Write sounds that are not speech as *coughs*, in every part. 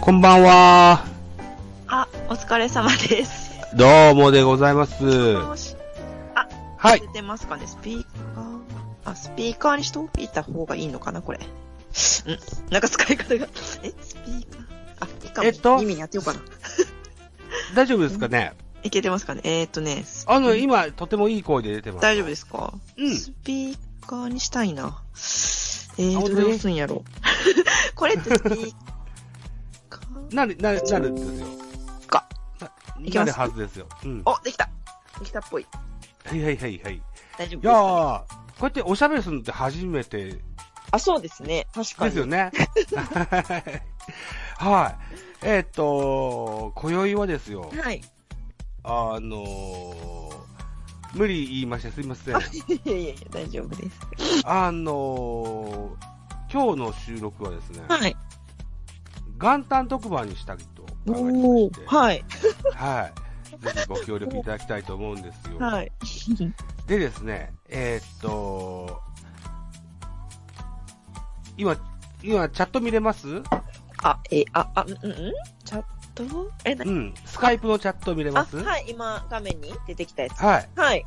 こんばんは。あ、お疲れ様です。どうもでございます。もしはい。出てますかね、スピーカー。あ、スピーカーにしといた方がいいのかな、これ。うん、なんか使い方が。え、スピーカー。あ、いいかも。えっと耳にやってようかな。大丈夫ですかねいけてますかねえー、っとね、スあの、今、とてもいい声で出てます。大丈夫ですかうん。スピーカーにしたいな。えー、本当と、にどうすんやろ。 *laughs* これってスピーカーなる、なる、なるんですよ。かな。いきなまするはずですよ。うん。はお、できたできたっぽい。いはいはいはい。い大丈夫やですかね、ー、こうやっておしゃべりするのって初めてあ、そうですね。確かでに。すよね。 *laughs* はい。えーっと、今宵はですよ、はい。 *laughs* あのー、無理言いましてすいません。いやいやいや、大丈夫です。あのー、今日の収録はですね、はい。元旦特番にしたいと考えてまして、はい。はい。ぜひご協力いただきたいと思うんですよ。はい。でですね、えーっと、今、今、チャット見れますあ、え、あ、あ、うんうんチャットえ、なうん。スカイプのチャット見れあ、ますはい。はい、今、画面に出てきたやつ。はい。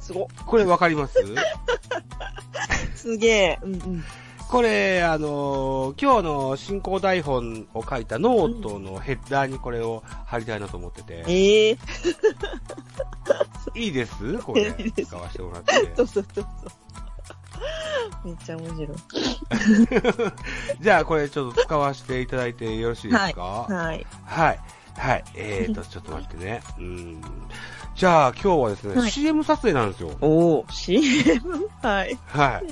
すご。これわかります *laughs* すげえ。うんうん。これ、あのー今日の進行台本を書いたノートのヘッダーにこれを貼りたいなと思ってて。ええいいですこれ *laughs* いい。です使わせても *laughs* らって。そうそうそうそう。めっちゃ面白い。じゃあ、これちょっと使わせていただいてよろしいですかはい。はい。はい。え *laughs* ーと、ちょっと待ってね。うん。じゃあ、今日はですね、はい CM 撮影なんですよ。おー、CM? はい。 *laughs* はい。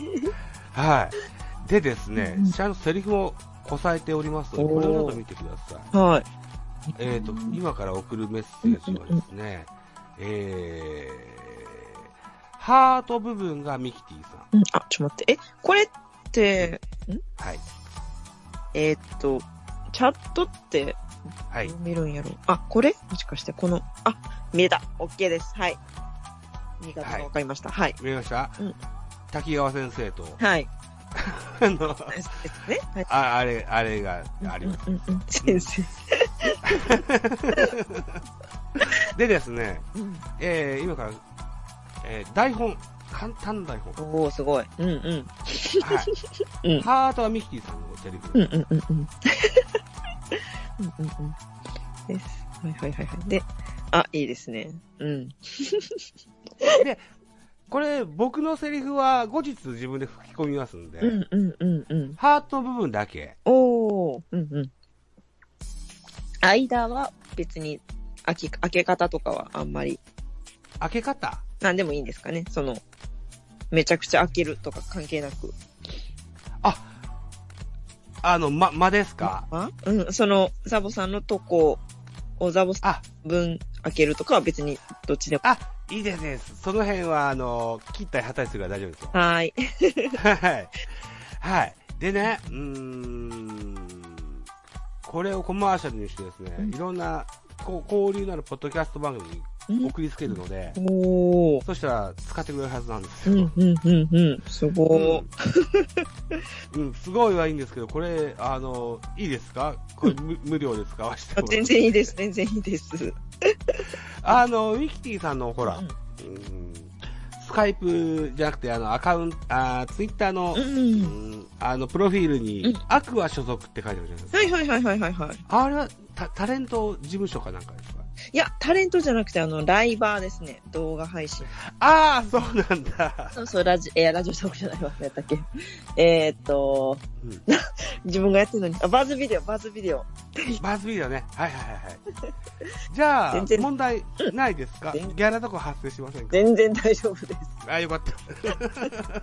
はい。でですねうん、ちゃんとセリフもこさえておりますので、こおーれをちょっと見てください。はい。えーと、今から送るメッセージはですね、えー、ハート部分がミキティさん。うん、あ、ちょっと待って。え、これって、はい。えーっと、チャットって、はい。どう見るんやろあ、これもしかして、この、あ、見えた。OK です。はい。見方がわかりました。はい。見えました、うん滝川先生と、はい。あの、ですね。はい。ああれ、あれがあります。うんうんうん先生。でですね、えー、今から、えー、台本、簡単台 *laughs* 本。おおすごい。うんうん。はい。うんハートはミキティさんのセリフ。うんうんうんうん。うんうんうん。です。はいはいはいはい。で、あ、いいですね。うん。これ、僕のセリフは後日自分で吹き込みますんで、うんうんうんうん。ハートの部分だけ。おおうんうん。間は別に開け、開け方とかはあんまり、開け方なんでもいいんですかね。その、めちゃくちゃ開けるとか関係なく。あの、ま、間ですかあうん、その、ザボさんのとこをザボさあ、ん分開けるとかは別にどっちでも。いいですね。その辺は、あの、切ったりはたりするから大丈夫です *laughs* よ。はーい。はい。はい。でね、うーん、これをコマーシャルにしてですね、うんいろんなこう交流のあるポッドキャスト番組に送りつけるので、おー。そしたら使ってくれるはずなんですうよ。ん、うん、うん、うん。すごうん、うんすごいはいいんですけど、これ、あの、いいですかこれ無無料で使わせてー。もら全って。然いいです、全然いいです。あの、ウィキティさんのほら、うんうん、スカイプじゃなくて、あの、アカウント、あツイッター Twitter のう、。うんんあの、プロフィールに、うんアクア所属って書いてあるじゃないですか。はいはいはいはいはいはい。あれはタタレント事務所かなんかですかいや、タレントじゃなくて、あの、ライバーですね。動画配信。ああ、そうなんだ。そうそう、ラジ、えーラジオトークじゃないわ。やったっけ。えーっと、うん *laughs* 自分がやってるのに、あ、バズビデオ、バズビデオ。バズビーだね。はいはいはいはい。じゃあ全、然問題ないですかギ全然ャラとか発生しませんか全然大丈夫です。あ、よかった。 *laughs*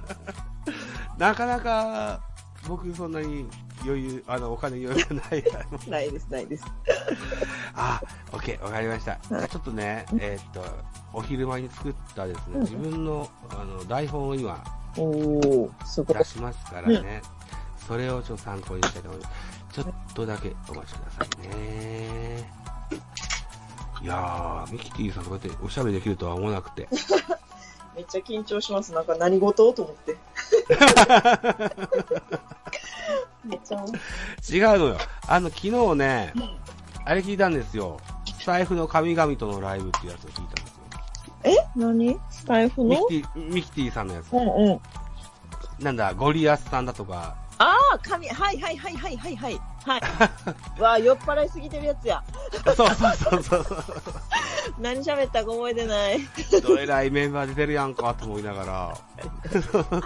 なかなか、僕そんなに余裕、あの、お金余裕がない *laughs* から。ないです、ないです。あ、オッケー、わかりました。じゃあちょっとね、えーっと、お昼間に作ったですね、うん自分の、あの、台本を今、おー、すごい出。しますからね、それをちょっと参考にしたいと思います。ちょっとだけお待ちくださいね。いやー、ミキティさんとこうやっておしゃべりできるとは思わなくて。めっちゃ緊張します。なんか何事と思って。めっちゃ面白い。 *laughs* 違うのよ。あの、昨日ね、あれ聞いたんですよ。財布の神々とのライブっていうやつを聞いたんですよ。え何スタイフミのキティ、ミキティさんのやうんつ。うん。なんだ、ゴリアスさんだとか、ああ、神、はいはいはいはいはいはい。 *laughs* はい。わあ、酔っ払いすぎてるやつや。 *laughs* そうそうそうそうそう。何喋ったか覚えてない。 *laughs* どえらいメンバー出てるやんかと思いながら、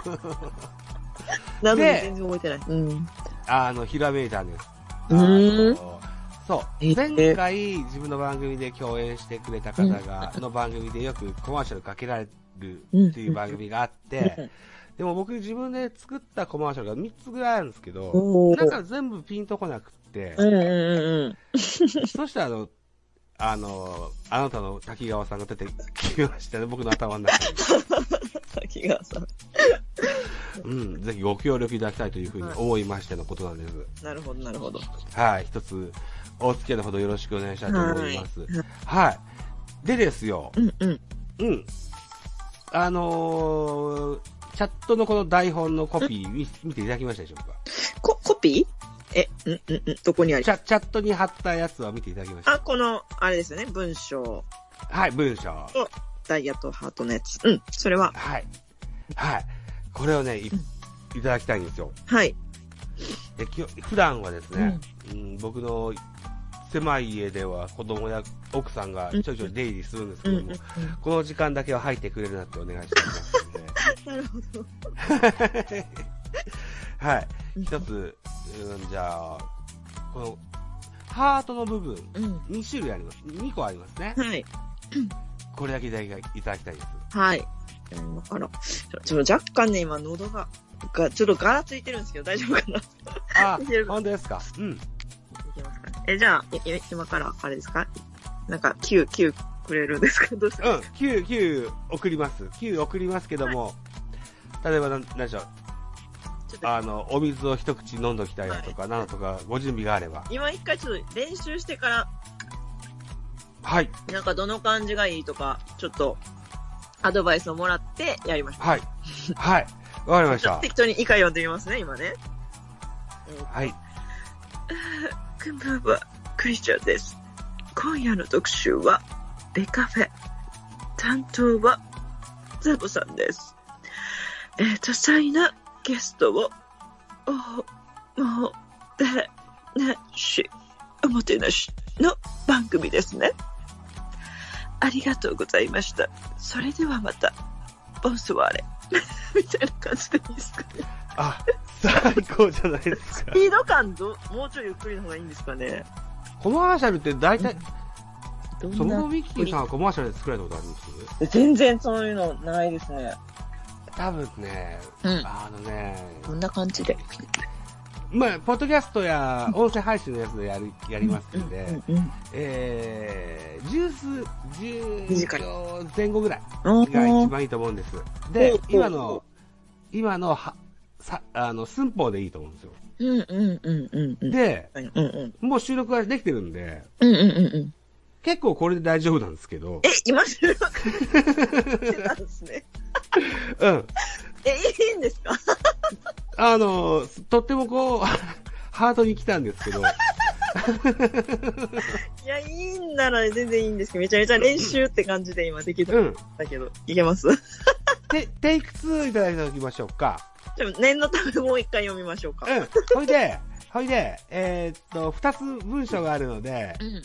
なのにで全然覚えてない。うん。あの、ひらめいたんです。うーんあのそう。え前回、自分の番組で共演してくれた方が、の番組でよくコマーシャルかけられるっていう番組があって、でも僕自分で作ったコマーシャルが3つぐらいあるんですけど、おなんか全部ピンとこなくって、うんうんうんそしたらあの、あの、あなたの滝川さんが出てきましたね、僕の頭の中に。滝川さん。うん、ぜひご協力いただきたいというふうに思いましてのことなんです。なるほどなるほど。はい、一つ、お付き合いのほどよろしくお願いしたいと思います。はいはい。でですよ、うんうん。うん。あのー、チャットのこの台本のコピー見見ていただきましたでしょうかコ、コピーえ、うんうんうん。どこにありチャチャットに貼ったやつは見ていただきましたあ、。この、あれですよね。文章、はい、文章。ダイヤとハートのやつ。うん。それは、はい。はい。これをね、いいただきたいんですよ。はい。できょ普段はですね、うん、僕の狭い家では子供や奥さんがちょいちょい出入りするんですけうんどうんも、うん。この時間だけは入ってくれるなってお願いしてますので、なるほど。 *laughs* はい。一つ、うん、じゃあ、この、ハートの部分、うん。 2種類あります。2個あります *laughs* ね。はい。これだけいただきいただきたいです。はい。うんあら、ちょっと若干ね、今喉が、が、ちょっとガラついてるんですけど、大丈夫かないあいける、本当ですかうん。けますかねえ、じゃあ、いい今から、あれですかなんか、9、9くれるんですかどうしたうん、9、9送ります。9送りますけども、例えばなん、なんでしょう、ちょっと、あの、お水を一口飲んどきたいなとか、なのとか、ご準備があれば。今一回ちょっと練習してから、はい、なんかどの感じがいいとか、ちょっと、アドバイスをもらってやりましょはい、はい、わかりう。ましちょった。*laughs* と適当に以下読んでみますね、今ね。はい、こんばんは、クリスチャーです。今夜の特集は、ベカフェ。担当は、ザボさんです。えー、多彩なゲストを、お、も、て、なし、おもてなしの番組ですね。ありがとうございました。それではまた、ボンスワーレ。 *laughs* みたいな感じでいいですか *laughs* ね。あ、最高じゃないです *laughs* かス。ピード感ど、もうちょいゆっくりの方がいいんですかね。コマーシャルって大体、どそのミッキーさんはコマーシャルで作られたことあります全然そういうのないですね。多分ね、うんあのね、こんな感じで。まあ、ポッドキャストや音声配信のやつでやるやりますんで、うんうんえー、ジュース10短い秒前後ぐらい。うん。が一番いいと思うんです。でおう、今おうの、今のは、さ、あの、寸法でいいと思うんですよ。うんうんうんうんうん。で、うんうんもう収録ができてるんで、うんうんうんうん。結構これで大丈夫なんですけどえ、、今収録してたんですね。うん。え、いいんですかあの、とってもこう、 *laughs* ハートに来たんですけど、いや、いいんなら全然いいんですけど、めちゃめちゃ練習って感じで今できたうんん。だけど、いけますて、テイク2いただいておきましょうか。じゃあ念のためもう一回読みましょうか。うん。ほいで、ほいで、えーっと、二つ文章があるので、うん。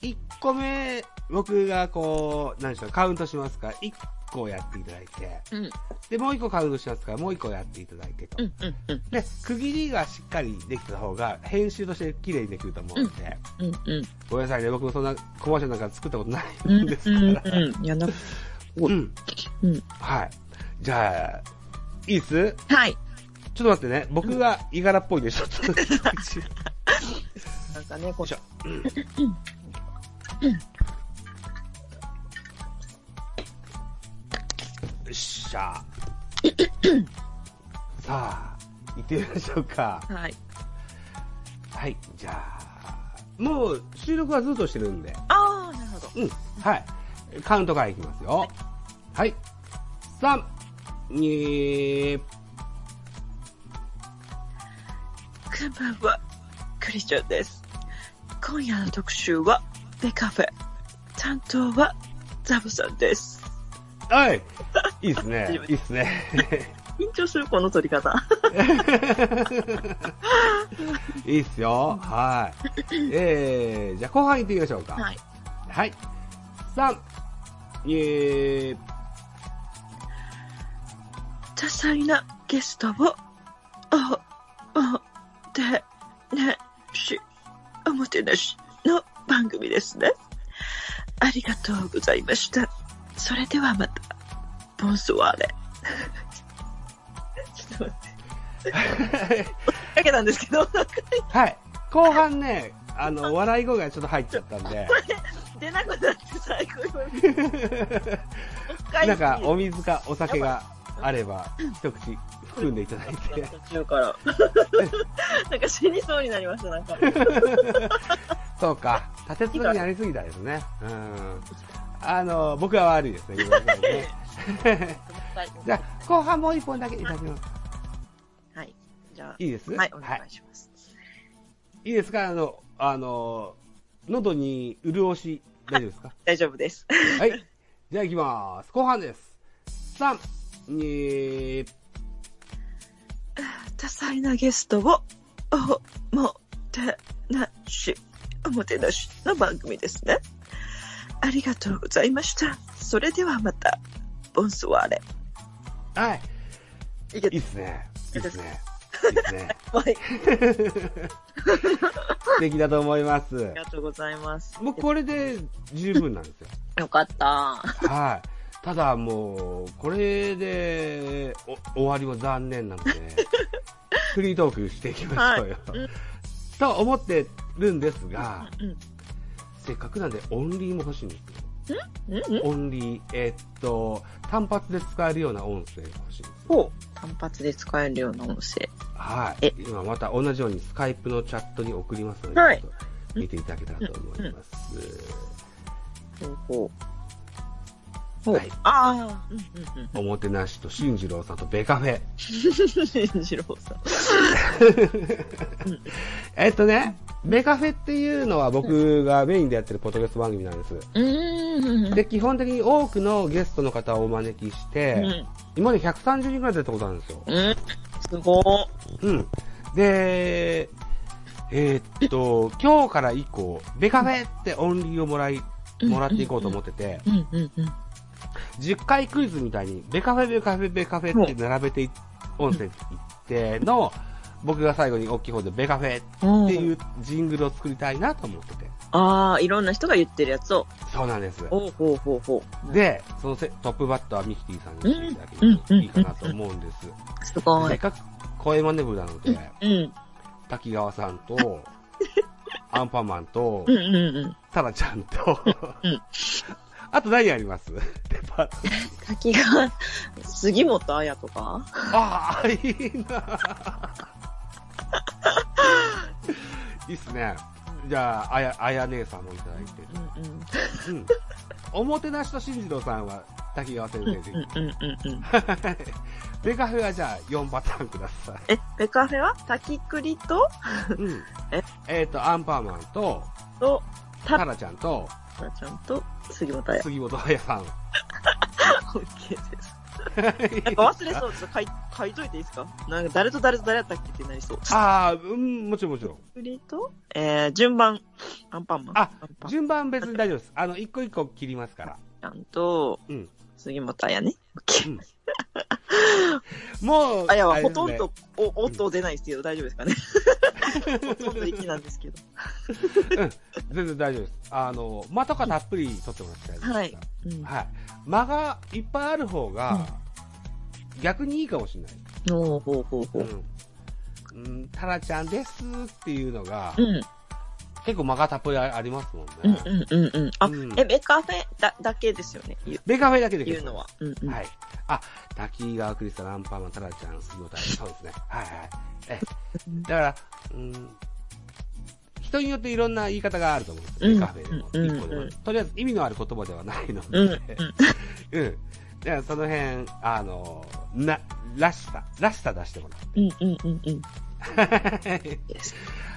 一個目、僕がこう、何でしょう、カウントしますから、一個やっていただいて、うんで、もう一個カウントしますから、もう一個やっていただいてと。うんうんうんで、区切りがしっかりできた方が、編集として綺麗にできると思うので、うんうんごめんなさいね、僕もそんなコマーシャルなんか作ったことないうんんですから。うんうん。いや、なんかうんうんうんはい。じゃあ、いいっすはい。ちょっと待ってね、僕がいがらっぽいでし *laughs* ょ、ちょっと。なんかね、よこいしょよっしゃ。 *coughs* さあ、行ってみましょうか。う。はい。はい、じゃあ、もう収録はずっとしてるんで、ああ、なるほど。うん、はい。カウントからいきますよ。はい。3、2、神こんばんは、クリスチャンです。今夜の特集は、ベカフェ。担当は、ザボさんです。はいいいですね。いいですね。 *laughs* 緊張する、この撮り方。いいっすよ。はい。えー、じゃあ後半行ってみましょうか。はい。はい。3、2、 *laughs* 多彩なゲストを、お、お、で、ね、し、おもてなしの番組ですね。ありがとうございました。それではまた、ボンソワーレ。 *laughs* ちょっと待って、だけなんですけど、なんかはい。後半ね、あの、笑い声がちょっと入っちゃったんで、出なくなって最後に。なんかお水かお酒があれば、一口含んでいただいて。途中から。 *laughs* なんか死にそうになりまし *laughs* た、なんか。そうか。立て続けにやりすぎたですね。うん。あの、僕は悪いですね。ごめんなさいねじゃあ、後半もう一本だけいただきます。はい。じゃあ、いいですはい、お願いします。いいですかあの、あの、喉に潤し、大丈夫ですか大丈夫です。はい。じゃあ行きます。後半です。3、2、多彩なゲストをおもてなし、おもてなしの番組ですね。ありがとうございました。それではまた、ボンスワーレ。はい。いけいいっすね。いいっすね。いいっす *laughs* ね。 *laughs* はい。素敵だと思いますあり。がとうございます。もうこれで十分なんですよ。よかった。はい。ただもう、これでお終わりは残念 *laughs* なので、フリートークしていきましょうよ。うんと思ってるんですが、うんせっかくなんでオンリーも欲しいんですよ。うんうんオンリー、えっと、単発で使えるような音声が欲しいんですよ。ほう。単発で使えるような音声。はいえ。今また同じようにスカイプのチャットに送りますので、はいちょっと見ていただけたらと思います。ほうほう。ほう。はいああ。うんうんうん。おもてなしと新次郎さんとベカフェ。 *laughs* 二郎さん。えっとね、ベカフェっていうのは僕がメインでやってるポッドキャスト番組なんです。うーん。で、基本的に多くのゲストの方をお招きしうて、ん。今まで130人くらい出たことあるんですよ。うん。すごー。うん。で、えーっと、今日から以降、ベカフェってオンリーをもらい、もらっていこうと思ってて、うんうんうん。 10回クイズみたいに、ベカフェ、ベカフェ、ベカフェって並べてい、音声いっての、僕が最後に大きい方でベカフェっていうジングルを作りたいなと思ってて。ああ、いろんな人が言ってるやつを。そうなんです。おうほうほうほう。で、そのせトップバッターはミキティさんにしていただけうんるといいかなと思うんです。すごせいっ。かく声真似部なので、うん。滝川さんと、アンパンマンとう、んうんうん。タラちゃんとうん、あと何やりますデパート。滝川、杉本彩とかああ、いいな。いいっすね。じゃあ、あや、あや姉さんもいただいて。うんううん。ん。おもてなしと新次郎さんは、滝川先う生んで。うんうんうん。はいベカフェはじゃあ、4パターンくださえ、ベカフェは滝栗と、い。うん。ええっ、と、アンパンマンと、と、タラちゃんと、たちゃんと、杉本彩。杉本彩 *laughs* さん。オッケーです。なんか忘れそうです。書い、書いといていいですかなんか誰と誰と誰やったっけってなりそう。ああ、うん、もちろんもちろん。栗と、えー、順番、アンパンマン。あアンパン順番別に大丈夫です。あの、一個一個切りますから。マンと、うん杉本彩ね。オッケー。もう、あ、いや、れほですねとんど、お、音出ないですけど、大丈夫ですかね。 *laughs* ほとんど息なんですけど。全然大丈夫です。あの、間とかたっぷり取ってもらって大丈夫ですかうんら。はい。間がいっぱいある方が、逆にいいかもしれない。おーほうほうほう。うん。うん、タラちゃんですっていうのがう、ん、結構間がたっぷりありますもんうんね。、うん、うん、うん。あ、うんえ、ベカフェだ、だけですよね。言うベカフェだけで言うのは。うん、うん。はい。あ、滝川クリスタ、アンパンマン、タラちゃん、杉本彩そうですね。はいはい。ええ、だから、うん、人によっていろんな言い方があると思うんですよね、うんカフェでも、うん一個でもうんとりあえず意味のある言葉ではないので、うん、うん。うん。だからその辺、あの、な、らしさ、らしさ出してもらう。うん、うん、うん、うん。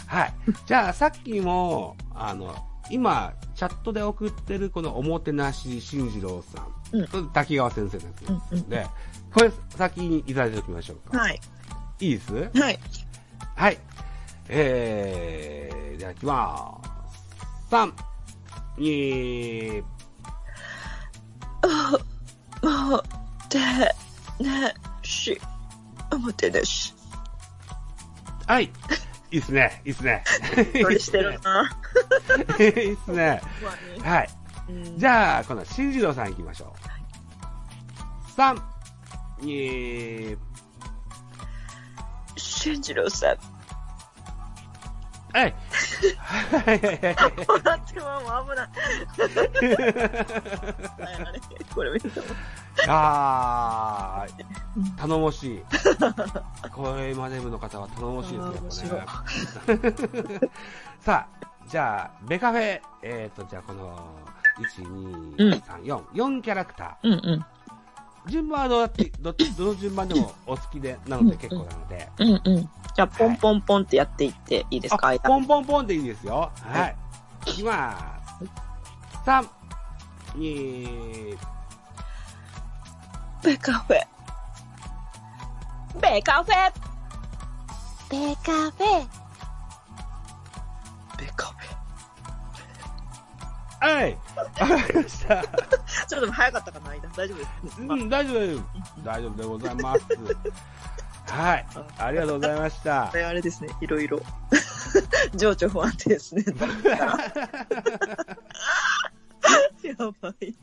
はい。 *laughs* じゃあ、さっきも、あの、今、チャットで送ってるこのおもてなし進次郎さん、うんと滝川先生のやつうんうんで、これ先にいただいておきましょうか。はい。いいですはい。はい。えー、じゃあ行きまーす。3、2、もてなし、おもてなし。はい。いいっすね、いいっすね。これしてるな。 *laughs* いいっすね。いいっすね。はい。うんじゃあ、今度は新次郎さん行きましょう。3、2、俊次郎さん。はい。 *laughs* はいはいはいはい。もらってはもう危ない。 *laughs* あれこれ見てもあー、頼もしい。声マネ部の方は頼もしいですね、あこれね。 *laughs* さあ、じゃあ、ベカフェ、えっ、ー、と、じゃあこの、1、うん2、3、4、4キャラクタうんうん。ー。順番はどうやって、どっち、どの順番でもお好きで、なので結構なので。うんうん。じゃあ、ポンポンポンってやっていっていいですかあ間ポンポンポンでいいですよ。はい。いきます。3、2、ベカフェ。ベカフェベカフェベカフェ。はい。わかりました。ちょっとでも早かったかな、間大丈夫です。うまん、大丈夫です。大丈夫でございます。はい。ありがとうございましたあ、あ。れあれですね、いろい *laughs* ろ。情緒不安定で *laughs* すね。やばい。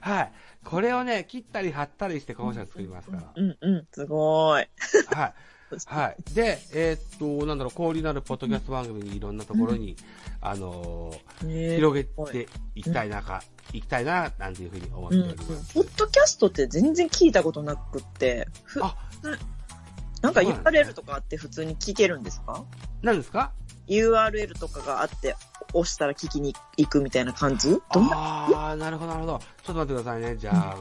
はい。これをね、切ったり貼ったりして、この社作りますかうんうん、すごーい。ら。はい。はい。で、えーっと、なんだろう、氷のあるポッドキャスト番組にいろんなところに、あのーねえ広げていきたいなか、いきたいな、なんていうふうに思ってうおんりうまんす。ポッドキャストって全然聞いたことなくって、ふあなんか URL とかあって普通に聞けるんですか何ですか ?URL とかがあって押したら聞きに行くみたいな感じどんなああ、なるほど、なるほど。ちょっと待ってくださいね。じゃあ、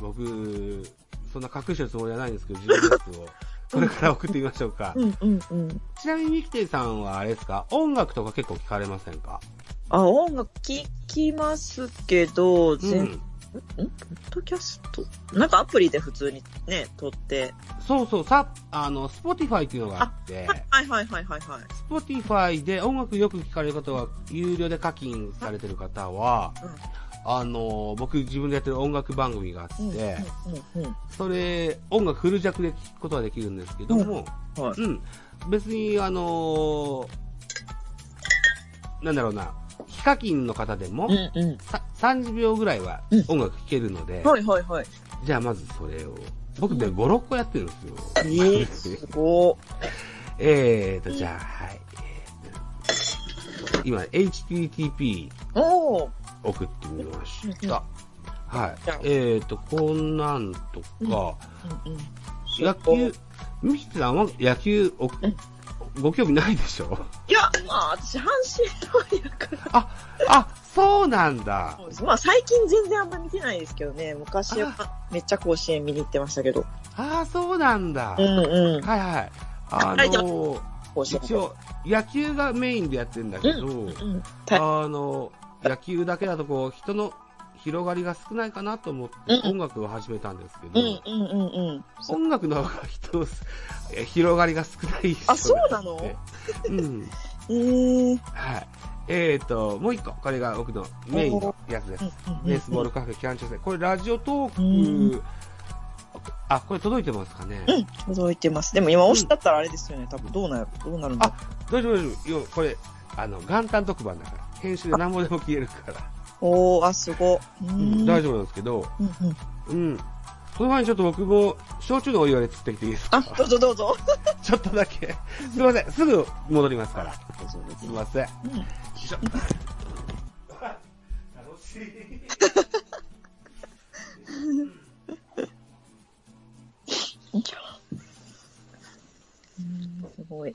僕、そんな隠してるつもりはないんですけど、自分のやつを、これから送ってみましょうか。うんうんうん。ちなみにミキティさんはあれですか音楽とか結構聞かれませんかあ、音楽聞きますけど、う全、ん、ん。ポッドキャストなんかアプリで普通にね、撮って。そうそう、さ、あの、Spotify っていうのがあって、はいはいはいはいはい。 Spotify で音楽よく聞かれる方は、有料で課金されてる方は、あの、僕自分でやってる音楽番組があって、うんうんうんそれ、音楽フル弱で聞くことはできるんですけども、うんはいうん。別に、あのーなんだろうな、非課金の方でも、うんうんさ30秒ぐらいはうん音楽聴けるので、はいはいはい。じゃあまずそれを。僕ね、5、6個やってるんですよ。えー、すごえーと、じゃあ、はい。えーと今、http ーおー送ってみました。はいじゃあ。えーと、こんなんとか、うんうん野球、ミキさんは野球お、ご興味ないでしょいや、まあ、私、阪神ファンやから。あ、あ、そうなんだ。まあ、最近全然あんま見てないですけどね。昔はめっちゃ甲子園見に行ってましたけど。ああ、そうなんだ。うんはいうん。はい。あはいじゃのー、甲子園。一応、野球がメインでやってるんだけど、うん。たあの、野球だけだとこう、人の広がりが少ないかなと思ってうん音楽を始めたんですけうど、んうんうんうん。音楽の方が人、え広がりが少ない人あそうなのってうん。えー。はい。えーと、もう一個、これが僕のメインのやつです。ベースボールカフェキャンチャーこれラジオトーク、あ、これ届いてますかね、うん、届いてます。でも今押しだったらあれですよね。多分どうなる、どうなるんだろ大丈夫大丈夫。よこれ、あの、元旦特番だから、編集で何もでも消えるから、う。おー、あ、すご。ううんん大丈夫なんですけど、うんうん。うん。その前にちょっと僕も、焼酎のお湯割り釣ってきていいですかあ、どうぞどうぞ。ちょっとだけ。すいません。すぐ戻りますから。すいません。ようんいしょ楽しい。うんすごい。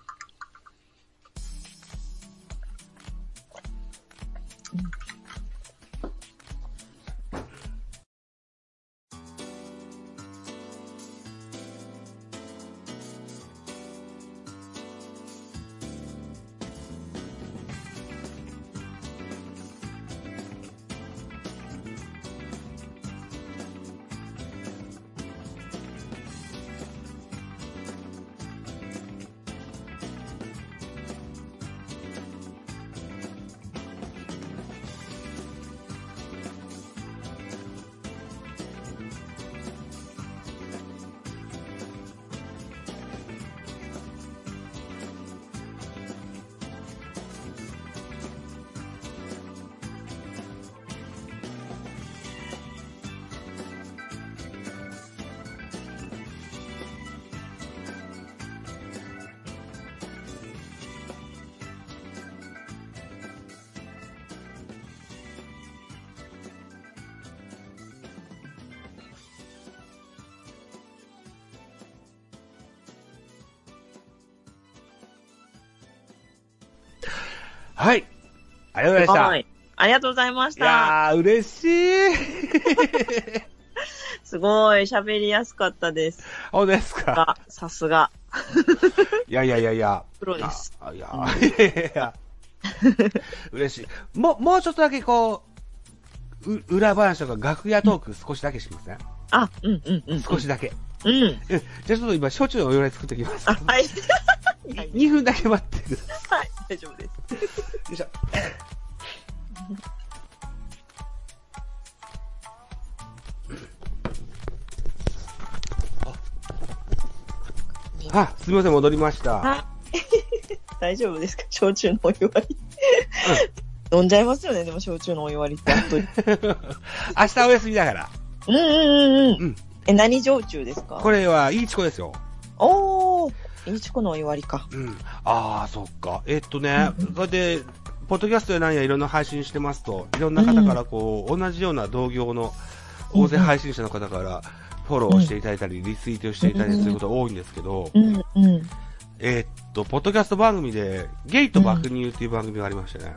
はい。ありがとうございまはし。い。ありがとうございましたいた。やー、嬉しい。すごい、喋りやすかったです。ほんとですか。が、さすが、いやいやいやいや。プロです。あいやー、いやいやい *laughs* や。嬉しい。もう、もうちょっとだけこう、う裏話とか楽屋トーク少しだけしません、あ、うん、うん、うん。少し。だけ。うん。うんじゃあちょっと今、焼酎のお祝い作ってきますあ、。 *laughs* はい。 2分だけ待ってください。はい、大丈夫です。よいしょ。あ、すみません、戻りました。 *laughs* 大丈夫ですか焼酎のお湯割り。飲んじゃいますよね、でも焼酎のお湯割りって、本当に。 *laughs* *laughs* 明日お休みだから。うんうんうんううんん。え、何焼酎ですかこれは、いいチコですよ。おー、いいチコのお湯割りか。うん。ああ、そっか。えっとね、それで、ポッドキャストや何やいろんな配信してますと、いろんな方からこう、同じような同業の大勢配信者の方から、フォローしていただいたり、リツイートしていただいたりすることが多いんですけど、うんうん。えーっと、ポッドキャスト番組で、ゲイと爆乳っていう番組がありましたね。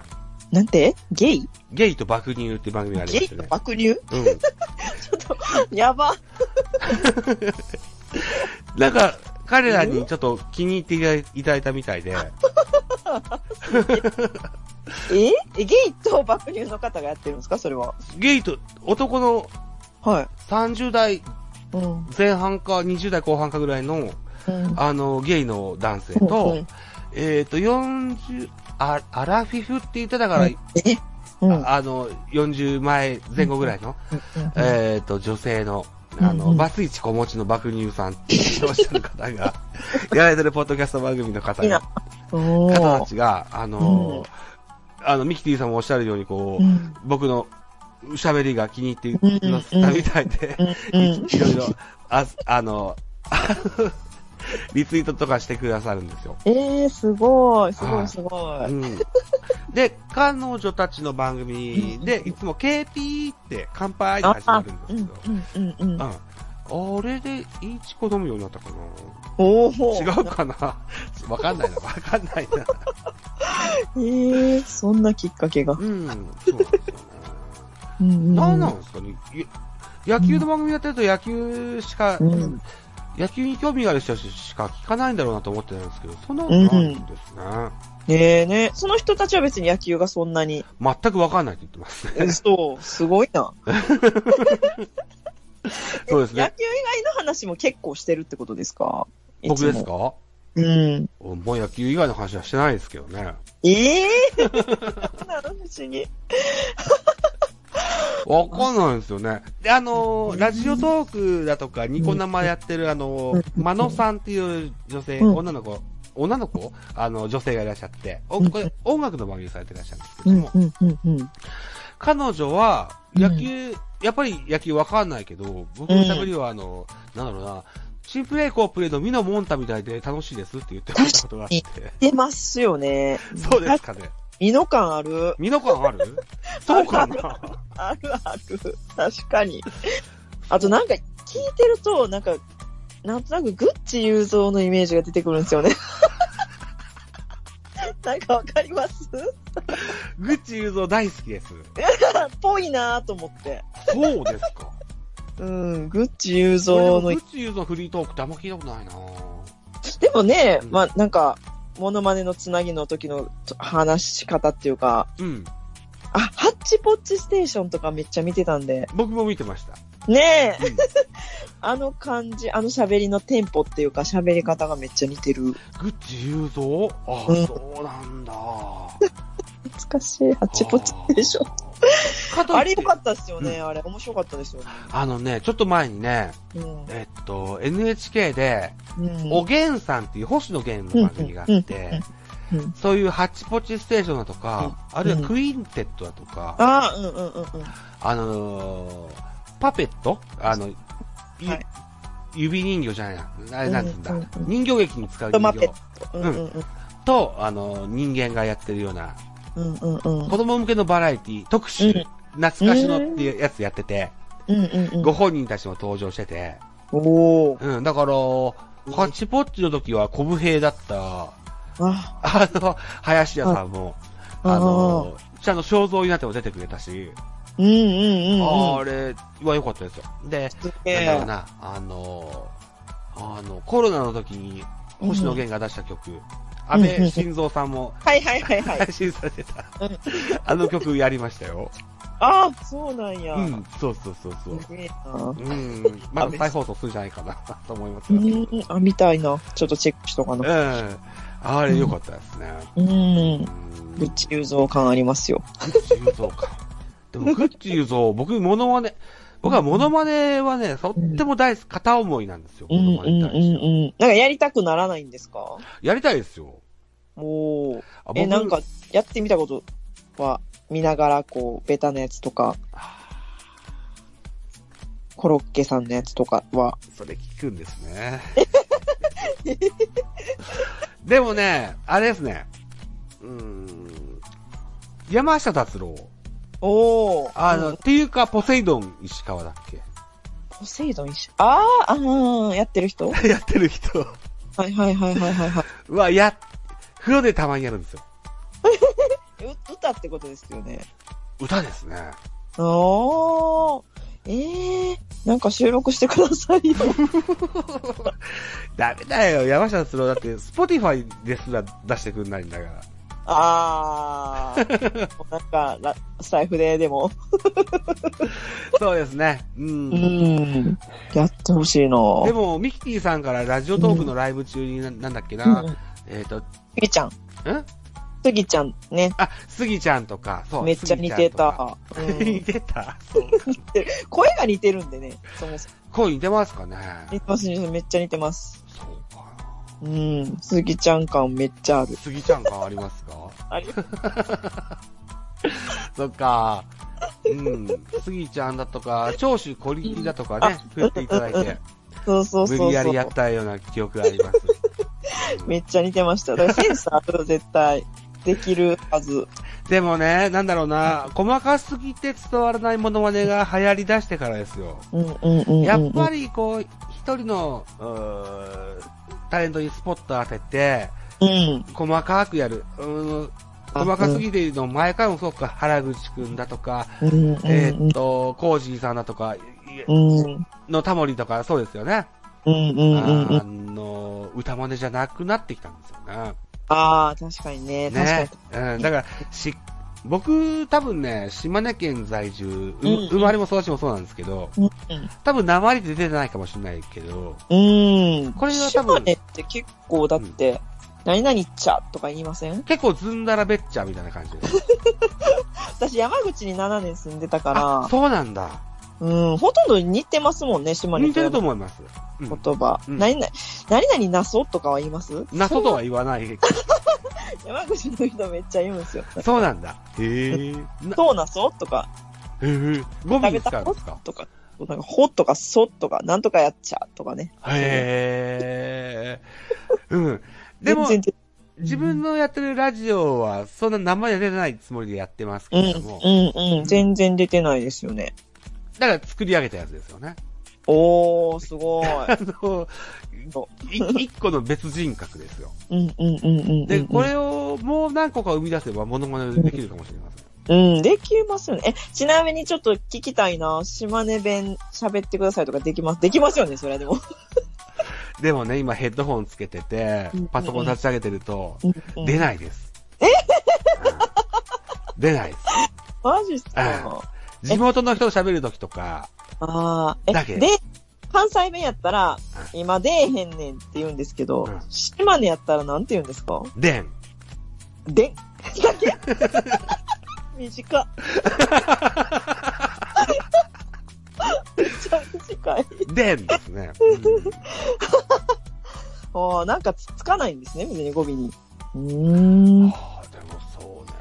なんてゲイゲイと爆乳っていう番組がありまゲイしたとね。爆 *laughs* 乳うん。やば。なんか、彼らにちょっと気に入っていただいたみたいで、ええゲイと爆乳の方がやってるんですかそれは。ゲイと男のはい。 30代うん。前半か20代後半かぐらいの、うん。あの、ゲイの男性うとん、えーっと、40、あアラフィフって言ってたから、えうん。うんああの、40前前後ぐらいの、えっ、と、女性の、あの、うんうんバツイチ子持ちの爆乳さんっていう視聴者の *laughs* 方が、やられてるポッドキャスト番組の方いいがな、お方たーちが、あのーあの、ミキティさんもおっしゃるように、こう、うん僕の喋りが気に入ってくださったみたいで、うんうん *laughs* いろいろ、あ、あの、 *laughs* リツイートとかしてくださるんですよ。えー、すごい、すはごいい、すごうい。ん。で、彼女たちの番組で、いつも KP って乾杯って始まるんですうけんど、、うん、うん、うん。うん。あれで、いいチコ飲むようになったかなおー。違うかな *laughs* わかんないな、わかんないな。えー、そんなきっかけが。うん、そうなんですよね。うんうん何なんですかねや野球の番組やってると野球しか、うん野球に興味がある人しか聞かないんだろうなと思ってたんですけど、そんなことないんですね。ねえねえ、その人たちは別に野球がそんなに。全くわかんないって言ってます *laughs* ね。そう、すごいな。そうです野ね。球以外の話も結構してるってことですか僕ですかかうん。もう野球以外の話はしてないですけどね。ええー、 *laughs* なの不思議。わかんないですよね。で、あのーラジオトークだとか、ニコ生やってる、あのーうんまのさんっていう女性、うん女の子、女の子あの、女性がいらっしゃって、おうんこれ音楽の番組されてらっしゃるんですけどうん、も、うん、うん、うん。彼女は、野球、やっぱり野球わかんないけど、僕の喋りは、あの、なんだろうな、チンプレイコープレイのミノモンタみたいで楽しいですって言ってもらったことがあって、出ますよね。そうですかね。身の感ある。ミノ感あ *laughs* るそうかなあるある。確かに。あとなんか、聞いてると、なんか、なんとなくグッチ雄三のイメージが出てくるんですよね。 *laughs* なんかわかりますグッチ雄三大好きです。ぽいなぁと思って。そうですか。うん、グッチ雄三そうの宇。宙のフリートークってあんま聞いたことないなぁでもねうん、まあなんか、モノマネのつなぎの時のと話し方っていうか、うん。あ、ハッチポッチステーションとかめっちゃ見てたんで、僕も見てました。ねえ、 *laughs* うんあの感じ、あの喋りのテンポっていうか喋り方がめっちゃ似てる。グッチ雄三あ、うんそうなんだ。懐かしい。ハッチポッチステーション。ン。かといあっれて良かったですよね、あれ。面白かったですよね。あのね、ちょっと前にね、うん。えっと、NHK で、うんおげんさんっていう星野源の番組があって、うんうんうんそういうハッチポッチステーションだとか、あるいはクインテットだとか、ああ、うんうんうんうん。あのー、パペットあの、いはい指人形じゃないな。あれなんつうんだ。うんうんうん人形劇に使うトマ人ペ形ッ。うんうんうん。と、あの、人間がやってるような、うんうんうん。子供向けのバラエティ特集、うん懐かしのっていうやつやってて、うんうんうごん。本人たちも登場してて、おー。うん、だから、ハッチポッチの時はコブ兵だった、あ、あの、林家さんも、あの、ちゃんと肖像になっても出てくれたし、うんうんうんうん。あれは良かったですよ。で、すげなんだろうえ。な、あの、あの、コロナの時に星野源が出した曲、安倍晋三さんもはいはいはい *laughs* はい。配信されてたうん、 *laughs* あの曲やりましたよ。ああ、そうなんや。うん、そうそうそうそう。すげえな。うん、まだ再放送するんじゃないかなと思いますうよ。うん。ん、あ、みたいな。ちょっとチェックしとかな。あれ良かったですね。うん。うんぶっち雄三感ありますよ。グッチ雄三か。でも、グッチ雄三、僕、モノマネ、僕はモノマネはね、とっても大好き、片思いなんですよ、うモんノうマんネにうん対してうん。なんかやりたくならないんですかやりたいですよ。おー。あ僕え、なんか、やってみたことは、見ながら、こう、ベタなやつとか、コロッケさんのやつとかは。それ聞くんですね。 *laughs* でもね、あれですね。うーん。山下達郎。おー。あの、うっん、ていうか、ポセイドン石川だっけポセイドン一緒。あー、あのー、やってる人は *laughs* やってる人。いはいはいはいはいはうわ、や、風呂でたまにやるんですよ。い。 *laughs* う歌ってことですよね。歌ですね。おー。えー、なんか収録してくださいよ。ダメだよ、山下達郎だって、スポティファイですら出してくんないんだから。あー。もう *laughs* なんか、ラスタイフででも。そうですね。うん。うん。やってほしいなででも、も、ミキティさんからラジオトークのライブ中にな、なんだっけな、うんえっ、と、んスギちゃん。スギちゃんね、あ、スギちゃんとか、そう。めっちゃ似てた。スギちゃんとか。*laughs* う似んてたそう。 *laughs* 声が似てるんでね、そもそも。声似てますかね似てます、似てますめっちゃ似てます。そうかうん。スギちゃん感めっちゃあるな。。スギちゃん感ありますかありそっか。うん。スギちゃんだとか、長州小力だとかね、振っていただいて、そうそう無そう理やそりうや。ったような記憶があり *laughs* ます。めっちゃ似てました。だからセンスあるよ、絶対。できるはず。でもね、なんだろうな、細かすぎて伝わらないモノマネが流行り出してからですよ。うんうんうん、うん。やっぱり、りこう、一人の、うータレントにスポット当てて、うん。細かくやる。うん細かすぎているの、前からもそうか、原口くんだとか、うんうんうん。えーっと、コージーさんだとか、いうん。うんのタモリとか、そうですよね。うんうんうんうんあ。の、歌真似じゃなくなってきたんですよね。ああ、確かにね。確かにね。。うん、だから、し、僕、多分ね、島根県在住、ううん生まれも育ちもそうなんですけど、うん多分鉛で出てないかもしれないけど、うん。これは多分島根って結構だって、何々っちゃとか言いません結構ずんだらべっちゃみたいな感じです。私山口に7年住んでたあか、そうなんだ。ら、うん、ほとんど似てますもんね、島根似てると言思います。うん葉。うん何々、何々なそとかは言います謎とは言わない。山口の人めっちゃ言うんですよ。そうなんだ。へえ。なそうなそとか、へえ。語尾に使うんですかとか、なんかほとかそとか、なんとかやっちゃとかね。へえ。うん。でも、全然自分のやってるラジオは、そんな名前は出てないつもりでやってますけうれども、ん、うん、うん、全然出てないですよね。だから作り上げたやつですよね。 *laughs* おー、すごい。あのそ、い一個の別人格ですよ。うん、うん、うん、うんうん。で、これをもう何個か生み出せばモノマネできるかもしれません。うん、できますよね。え、ちなみにちょっと聞きたいな。島根弁喋ってくださいとかできます。できますよね、それはでも。でもね、今ヘッドホンつけててうん、パソコン立ち上げてると、出い。ないです。うん出ないです。マジっすか地元の人と喋るときとか、あだあ。けえ、で、関西弁やったら、今出えへんねんって言うんですけどうん、島根やったらなんて言うんですかでん。でん。だ *laughs* け短っ。めっちゃ短い。でんですね。うんああ、なんかつつかないんですね、別に語尾に。うーん。ああ、でもそうね。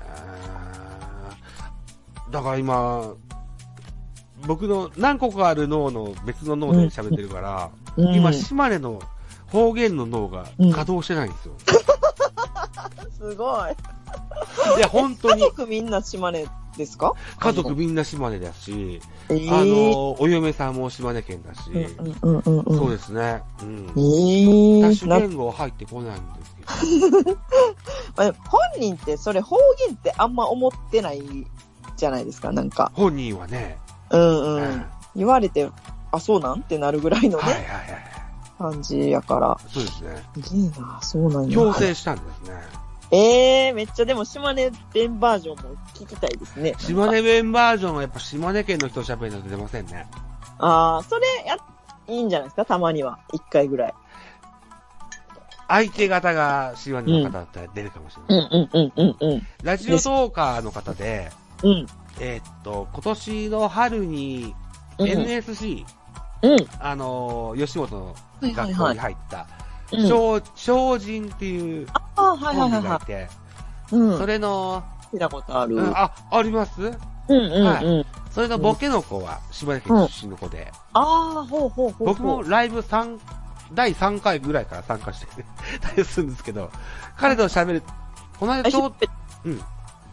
だから今、僕の何個かある脳の別の脳で喋ってるから、今、うん島根の方言の脳がうん稼働してないんですよ。すごい。いや、本当 *laughs* 家に、族みんな島根ですか家族みんな島根だし、あえー、の、お嫁さんも島根県だし、うんうんうんうん。そうですね。うん。え多ー、種な言語入ってこないんですけど。まあでも本人ってそれ方言ってあんま思ってないじゃないですか、なんか。本人はね。うんううんはいん。言われて、あ、そうなんってなるぐらいのはいね、はい。感じやから。そうですね。いいな、そうなんや。強制したんですね。ええめっちゃでも島根弁バージョンも聞きたいですね。島根弁バージョンはやっぱ島根県の人喋るの出てませんね。ああ、それや、いいんじゃないですかたまには。一回ぐらい。相手方が島根の方だったら出るかもしれない。うんうんうんうんうん。ラジオトーカーの方で、うん。えーっと、今年の春にうん NSC、うん。あのー吉本のはいはい学校はにい。入った、うん精精進っていうああ、はコいはンビいはいがいはて、い。うん。それの、見たことある。ううんんあ、ありますうんうん。はいそれのボケの子は島根県出身の子で、ああ、ほうほうほうほう。僕もライブ3、第3回ぐらいから参加して、 *laughs* たりするんですけど、彼と喋る、この間あ、ちひょっう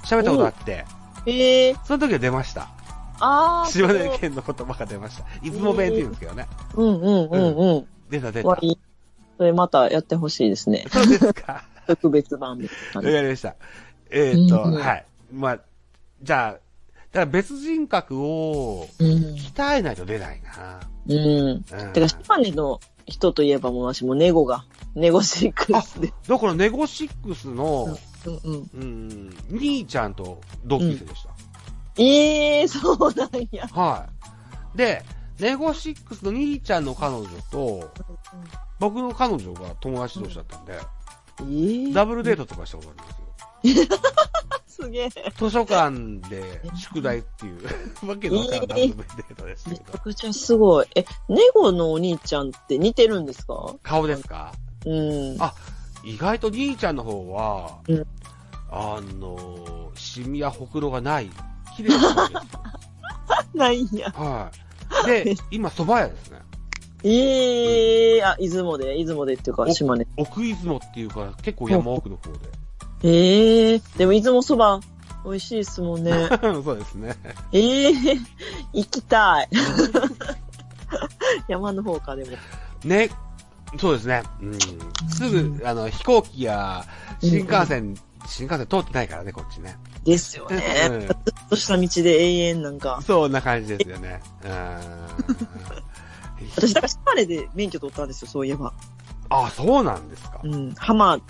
喋ったことあって、ぺ、ええその時は出ました。ああ。島根そう県の言葉が出ました。いつも弁って言うんですけどね。うんうんうんうん。出た出わた、。いい。それまたやってほしいで *laughs* すね。そうですか。特別版みたわいかな。りました。えーっと、うんはい。まあ、じゃあ、だから別人格をうん。鍛えないと出ないな。うん。うん、てか、島根の人といえばもう私もネゴが、ネゴシックスで。だから、ネゴシックスの、うんうん。うん、兄ちゃんと同級生でした。ええそうなんや。はい。で、ネゴシックスの兄ちゃんの彼女と、僕の彼女が友達同士だったんで、えーダブルデートとかしたことありますよ。すげえ。図書館で宿題っていう、わけのわからんダブルデートでしためけちどゃ。くちゃすごい。え、ネゴのお兄ちゃんって似てるんですか顔ですかうん。あ意外と兄ちゃんの方は、うんあのー、シミやほくろがない、綺麗な人 *laughs* です。ないんや。はい。で、今、蕎麦屋ですね。ええあ、出雲で、出雲でっていうか、お島根。奥出雲っていうから、結構山奥の方で。ええでも出雲そば、美味しいですもんね。 *laughs* そうですね。ええ *laughs* 行きたい。 *laughs* 山の方か、でも。ね、そうですね。うん。すぐ、あの、飛行機や、新幹線、新幹線通ってないからね、こっちね。ですよね。うんずっとした道で永遠なんか。そんな感じですよね。 *laughs* うん。私、だから島根で免許取ったんですよ、そういえば。あ、そうなんですか。うん。浜、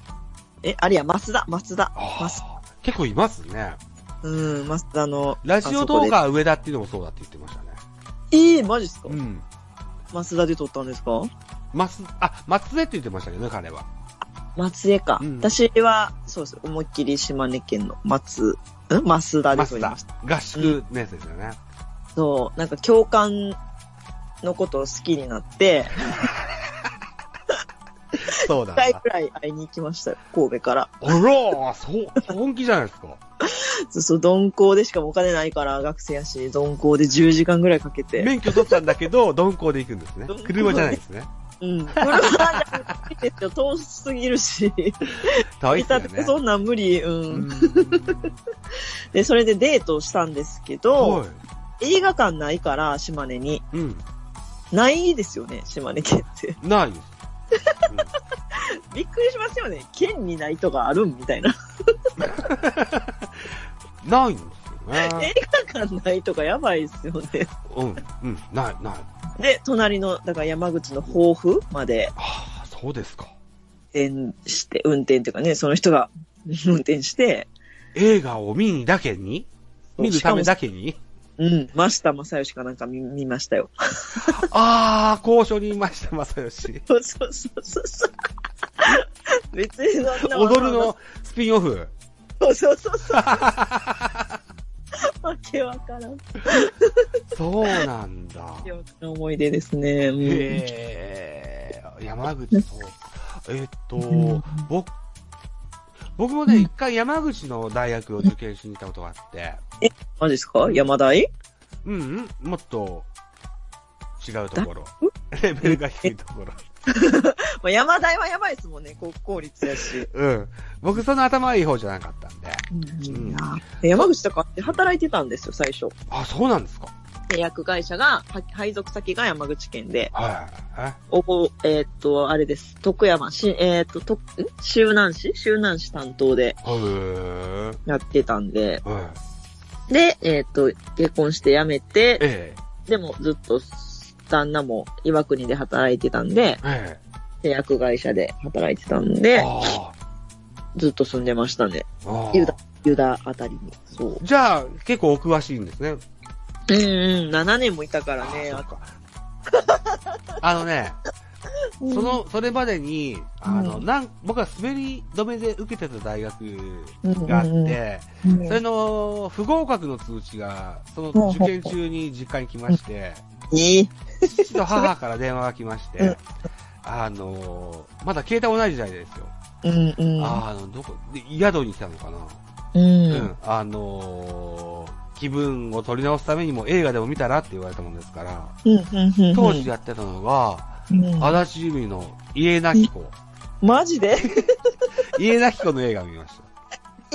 え、あれや、増田、増田。あ増ー結構いますね。うん、マスダの。ラジオ動あそこ画上田っていうのもそうだって言ってましたね。で。ええマジっすかうん。マスダで撮ったんですか松、あ、松江って言ってましたけどね、彼は。松江か、うん私は、そうです。思いっきり島根県の松、んマスダで撮松り田ました。。合宿のやつですよね。そう、なんか教官のことを好きになって、そうだな。一回くらい会いに行きましたよ。神戸から。あらー、そう、本気じゃないですか。そうそう、鈍行でしかもお金ないから、学生やし、鈍行で10時間ぐらいかけて。免許取ったんだけど、鈍行で行くんですね鈍行。で車じゃないですね。うん。これは、いいですよ。遠すぎるし。遠いっ見すよたねっ。てそんなん無理、うん。うんで、それでデートをしたんですけはど、い。映画館ないから、島根に。うん。ないですよね、島根県って。 *laughs* ないです。びっくりしますよね。県にないとかあるんみたいな。 *laughs* うんないんですよ映ね。画館ないとかやばいですよね。うん、うん、ない、ない。で、隣の、だから山口の抱負までああ、そうですか。運転して、運転っていうかね、その人が運転して、映画を見にだけに見るためだけにうん、マスター正義かなんか見見ましたよ。ああ、交渉にいました、正義。そうそうそうそうそう。別にそんな踊るのスピンオフ。そうそうそうそう。わけわからん。わそうなん *laughs* だ。けわからん思い出ですね。うんへえ、山口そうか。えっとん、僕、僕もね、一回山口の大学を受験しに行ったことがあって、マジですか山大うん、うん、もっと、違うところ。 *laughs* レベルが低いところ。まあ、山大はやばいですもんね、国公立やし。うん。僕、その頭いい方じゃなかったんで。うん山口とかって働いてたんですよ、最初。あ、そうなんですか。契約会社が、は配属先が山口県で、はい。えおぼ、えーっと、あれです。徳山市、えーっと、と、ん周南市周南市担当でへーやってたんで、はい。で、えーっと、結婚して辞めて、ええ。でもずっと、旦那も岩国で働いてたんで、え製薬会社で働いてたんえ。で、ああ。ずっと住んでましたね。ああユダ、ユダあたりに。そう。じゃあ、結構お詳しいんですね。うんうん、7年もいたからね。ああそうかあのね、その、それまでに、あの、うんなん、僕は滑り止めで受けてた大学うんがあって、うんうんそれの不合格の通知が、その受験中に実家に来まして、に、父と母から電話が来ましうてん、あの、まだ携帯もない時代ですよ。うんうん。ああの、どこ、で宿に来たのかな、ううん、ん。あのー気分を取り直すためにも映画でも見たらって言われたもんですから、うんうんうん。当時やってたのが、うん足立由美の家なき子。マジで *laughs* 家なき子の映画を見ました。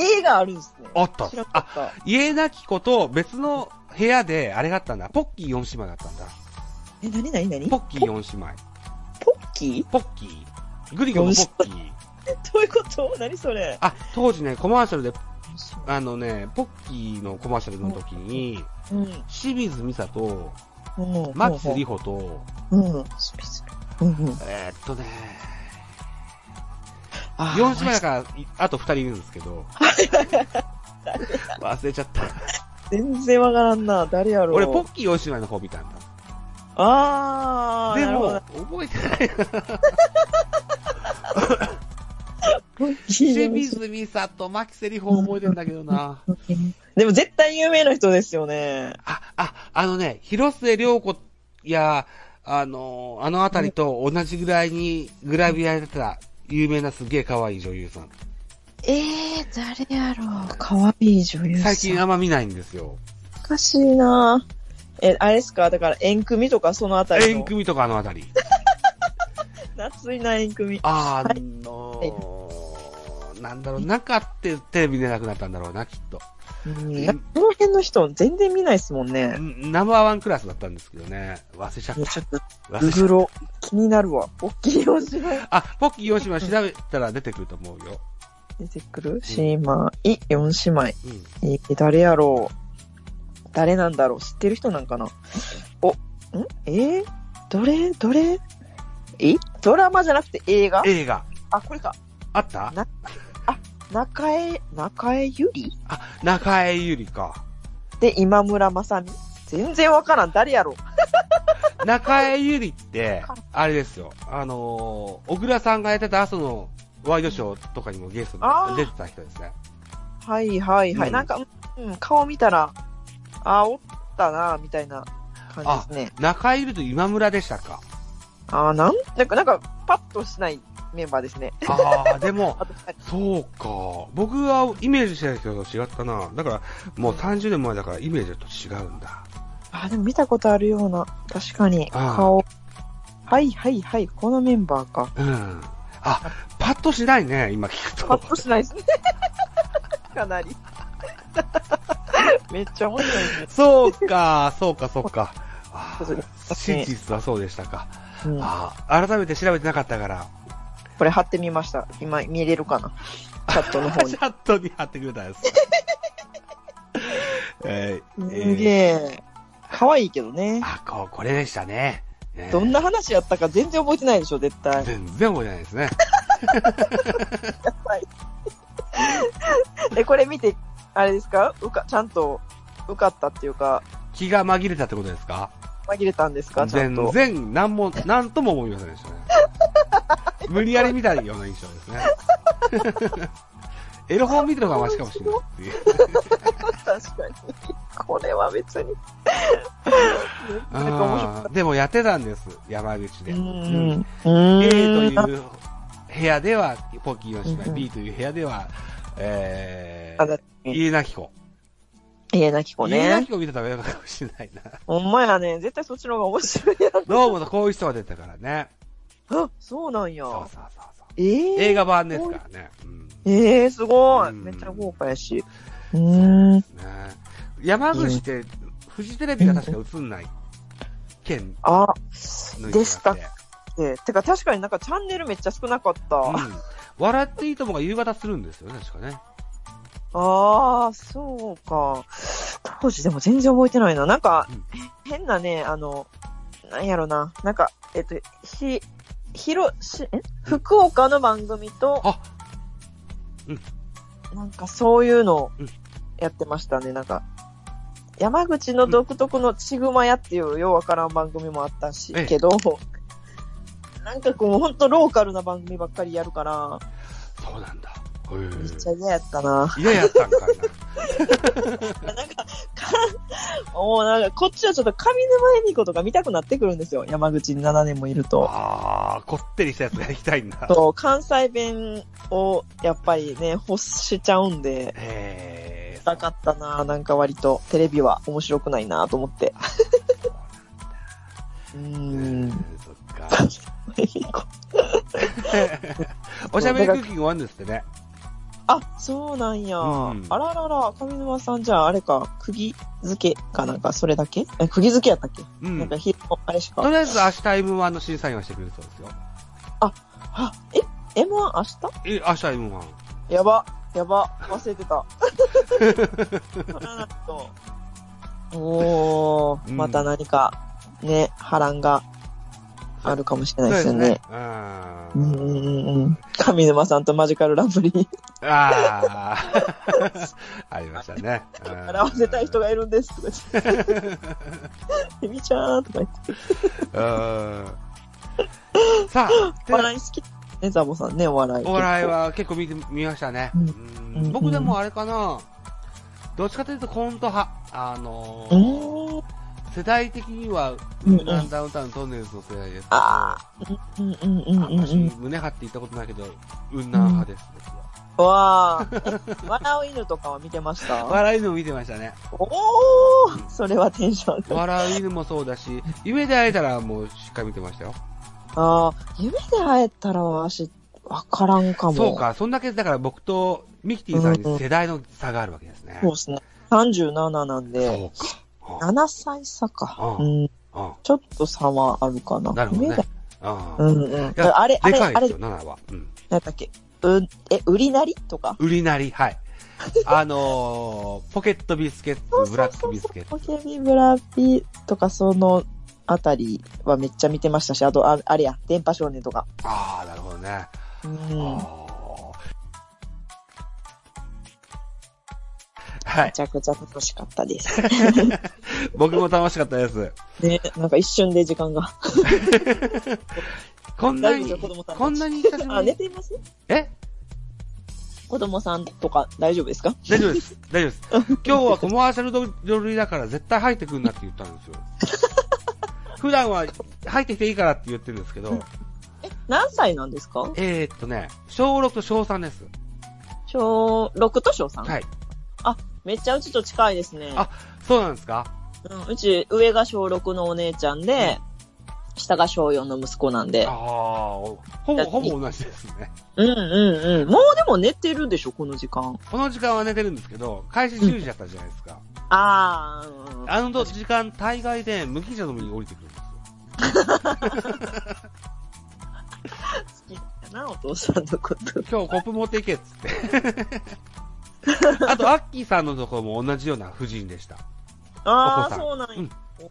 映画あるんすね。あった知らな。かあ、った。家なき子と別の部屋で、あれがあったんだ。ポッキー4姉妹があったんだ。え、なになになにポッキー4姉妹。ポッキポッキー。グリコのポッキー。ー *laughs* どういうことなにそれあ、当時ね、コマーシャルで、あのね、ポッキーのコマーシャルの時に、うん。清水美沙と、うん。松里穂と、うん。うん。うん。えーっとね、あ4姉妹だから、いあと2人いるんですけ *laughs* ど。忘れちゃった。全然わからんな。誰やろう。俺、ポッキー4姉妹の方見たんだ。あー。でなるほどなも、覚えてない。ポッキー清水美沙と牧瀬里穂覚えてんだけどな。 *laughs* でも絶対有名な人ですよね。あ、あ、あのね、広末涼子や、あの、あのあたりと同じぐらいにグラビアやってた有名なすげえ可愛い女優さん。ええー、誰やろう。かわいい女優最近あんま見ないんですよ。おかしいなぁえ、あれですかだから、縁組とかそのあたりの。縁組とかあのあたり。夏いな縁組。あのー、なんだろう、なかってテレビ出なくなったんだろうな、きっと。うんこの辺の人全然見ないですもんね。んナンバーワンクラスだったんですけどね。忘れちゃっいやちょっと、た。忘グれちゃグっロ。気になるわ。大きいお芝居た。あ、ポッキー4姉妹調べたら出てくると思うよ。出てくる姉妹、4姉うん。妹。えー誰やろう誰なんだろう知ってる人なんかなお、んえーどれどれえドラマじゃなくて映画映画。あ、これか。あった中江、中江ゆりあ、中江ゆりか。で、今村正美全然わからん。誰やろ中江ゆりって、あれですよ。あのー、小倉さんがやってた朝のワイドショーとかにもゲストであー出てた人ですね。はいはいはい。うんなんか、うん、顔見たら、あー、おったな、みたいな感じですね。中江ゆりと今村でしたか。あー、なん、なんか、なんか、パッとしないメンバーですね。ああ、でも、 *laughs* あと二そ人うか。僕はイメージしてた人と違ったな。だから、もう30年前だからイメージと違うんだ。 *laughs* あー、でも見たことあるような、確かに、あー顔。はいはいはい、このメンバーか。うん。あ、パッとしないね、今聞くパとッ。としないですね。 *laughs* かなり。 *laughs* めっちゃ面白いね。そうか、そうか、そうか。あそうでー真実はそうでしたか。うん、あー改めて調べてなかったから、これ貼ってみました。今、見れるかな。チャットの方 *laughs* にチ。ャットに貼ってくれたんです。 *laughs* えーすげええ。可愛いけどねー。あ、こう、これでしたね。ねどんな話やったか全然覚えてないでしょ、絶対。全然覚えてないですね。え、これ見て、あれですかうか、ちゃんと受かったっていうか、気が紛れたってことですか紛れたんですかちゃ全んと。然、なんも、なんとも思いません *laughs* でしたね。無理やり見たような印象ですね。 *laughs* エロ本見てる方がマシかもしれないっていう。確かに。これは別に。なんか面白かっあーでもやってたんです、山口で。た。ううんん。 A とういん。う部屋では、ポッキーの姉うん妹、B という部屋では、えあだー、家なき子。家なき子家なねき。子見てた方がよかったかもしれない *laughs* な。ほんまやね。絶対そっちの方が面白いやどうもとこういう人が出てたからね。ろ。あ、そうなんやそう。そうそうそう。えー、映画版ですからね。うん。えー、すごうい。んめっちゃ豪華やし。うーん。ね山口って、フジテレビが確か映んない県あのでした一部で、てか確かになんかチャンネルめっちゃ少なかった。あってうん。笑っていいともが夕方するんですよね、確かね。ああ、そうか。当時でも全然覚えてないな。なんか、うん変なね、あの、なんやろな。なんか、えっと、ひ、ひろ、し、ん福岡の番組と、あうんなんかそういうのうんやってましたね。なんか、山口の独特のちぐまやっていうようわからん番組もあったしええ、けど、なんかこう、ほんとローカルな番組ばっかりやるから、そうなんだ。めっちゃ嫌やったな。嫌やったんかいな。なんか、かもうなんか、こっちはちょっと上沼恵美子とか見たくなってくるんですよ。山口に7年もいると。あー、こってりしたやつが行きたいんだ。と関西弁をやっぱりね、欲しちゃうんで、へー。なかったな、なんか割とテレビは面白くないなと *laughs* 思って。うーうんん。そっか。おしゃべり空気が終わるんですってね。あ、そうなんや。うんあららら、上沼さんじゃああれか、釘付けかなんかそれだけえ釘付けやったっけ、うなんんか。ひ、あれしかと。りあえず明日 M1 の審査員はしてくれるそうですよ。あ、え ?M1 明日え、明日 M1。やば、やば、忘れてた。取らないと。 *laughs* おー、うんまた何か、ね、波乱があるかもしれないですよね。うーうんんうんうんうん。上沼さんとマジカルラブリー、あー。 *laughs* ありましたね。うん笑わせたい人がいるん *laughs* ですとか言って。エビちゃんとか言って。うんさあ、お笑い好き。ね、ザボさんね、お笑い。お笑いは結構見て見ましたね。ううんうん僕でもあれかな、どっちかというとコント派。あの結ー構。世代的には、ウうんうんーランダウンタウントンネルズの世代ですけど、あうんうんうんうん私うん。胸張って言ったことないけど、ウンナン派です、僕はうわあ。え笑う犬とかは見てました笑い犬も見てましたね。おーそれはテンション上がる笑う犬もそうだし、夢で会えたらもうしっかり見てましたよ。ああ、夢で会えたらわし、わからんかも。そう。か、そんだけだから僕とミキティさんに世代の差があるわけですね。そうですね。37なんで、そうか。 7歳差か。ううん。うんうんちょっと差はあるかな。なるほど夢ねで。あうーんうん。やあれ、あでれ、かあいでれすよ、、7は。うん。なんだっけ。う、え、売りなりとか。売りなり、はい。あのー、ポケットビスケッツ、ブラックビスケッツ。ポケビブラピとか、そのあたりはめっちゃ見てましたし、あと、ああれや、電波少年とか。ああ、なるほどね。うん。めあーはい。ちゃくちゃ楽しかったです。僕も楽しかったです。ね、なんか一瞬で時間が。こんな大丈夫に、ですよ子供さんたちこんなに久しぶあ、り寝に。ていますえ子供さんとか大丈夫ですか大丈夫です。大丈夫です。今日はコマーシャルドルだから絶対入ってくんなって言ったん *laughs* ですよ。普段は入ってきていいからって言ってるんですけど、何歳なんですかえー、っとね、小6と小3です。小6と小 3? はい。めっちゃうちと近いですね。あそうなんですかうん、うち、上が小6のお姉ちゃんで、下が小4の息子なんでああ。、ほぼ、ほぼ同じですね。うんうんうん。もうでも寝てるでしょ、この時間。この時間は寝てるんですけど、開始10時だったじゃないですか。あーうんうん。あの時間、大概で無機者の上に降りてくるんですよ。好きだな、お父さんのこと。今日コップ持っていけっつって。 *laughs* あと、アッキーさんのところも同じような婦人でした。あお子あ、さんそうなんや。うん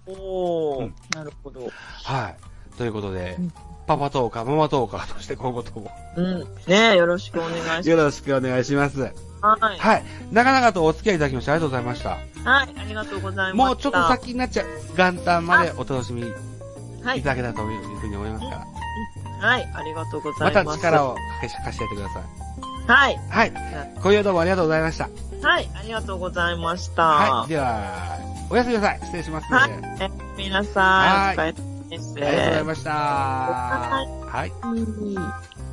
おお、うんなるほど。はい。ということでうん、パパトーカー、ママトーカーとして今後ともうん。ねえ、よろしくお願いしよろしくお願いします。はい。ます。はい。長々とお付き合いいただきましてありがとうございました。はい、ありがとうございます。もうちょっと先になっちゃう元旦までお楽しみいはたい。だけたらというふうに思いますから、はい、ありがとうござまいたます。力を貸し貸してやってください。はい。はい。今夜どうもありがとうございました。はい、ありがとうございました。はい。では、おやすみなさい。失礼します、ね。はいあ。え皆さん、はお疲れ様です。りがとうございました。ははい。い。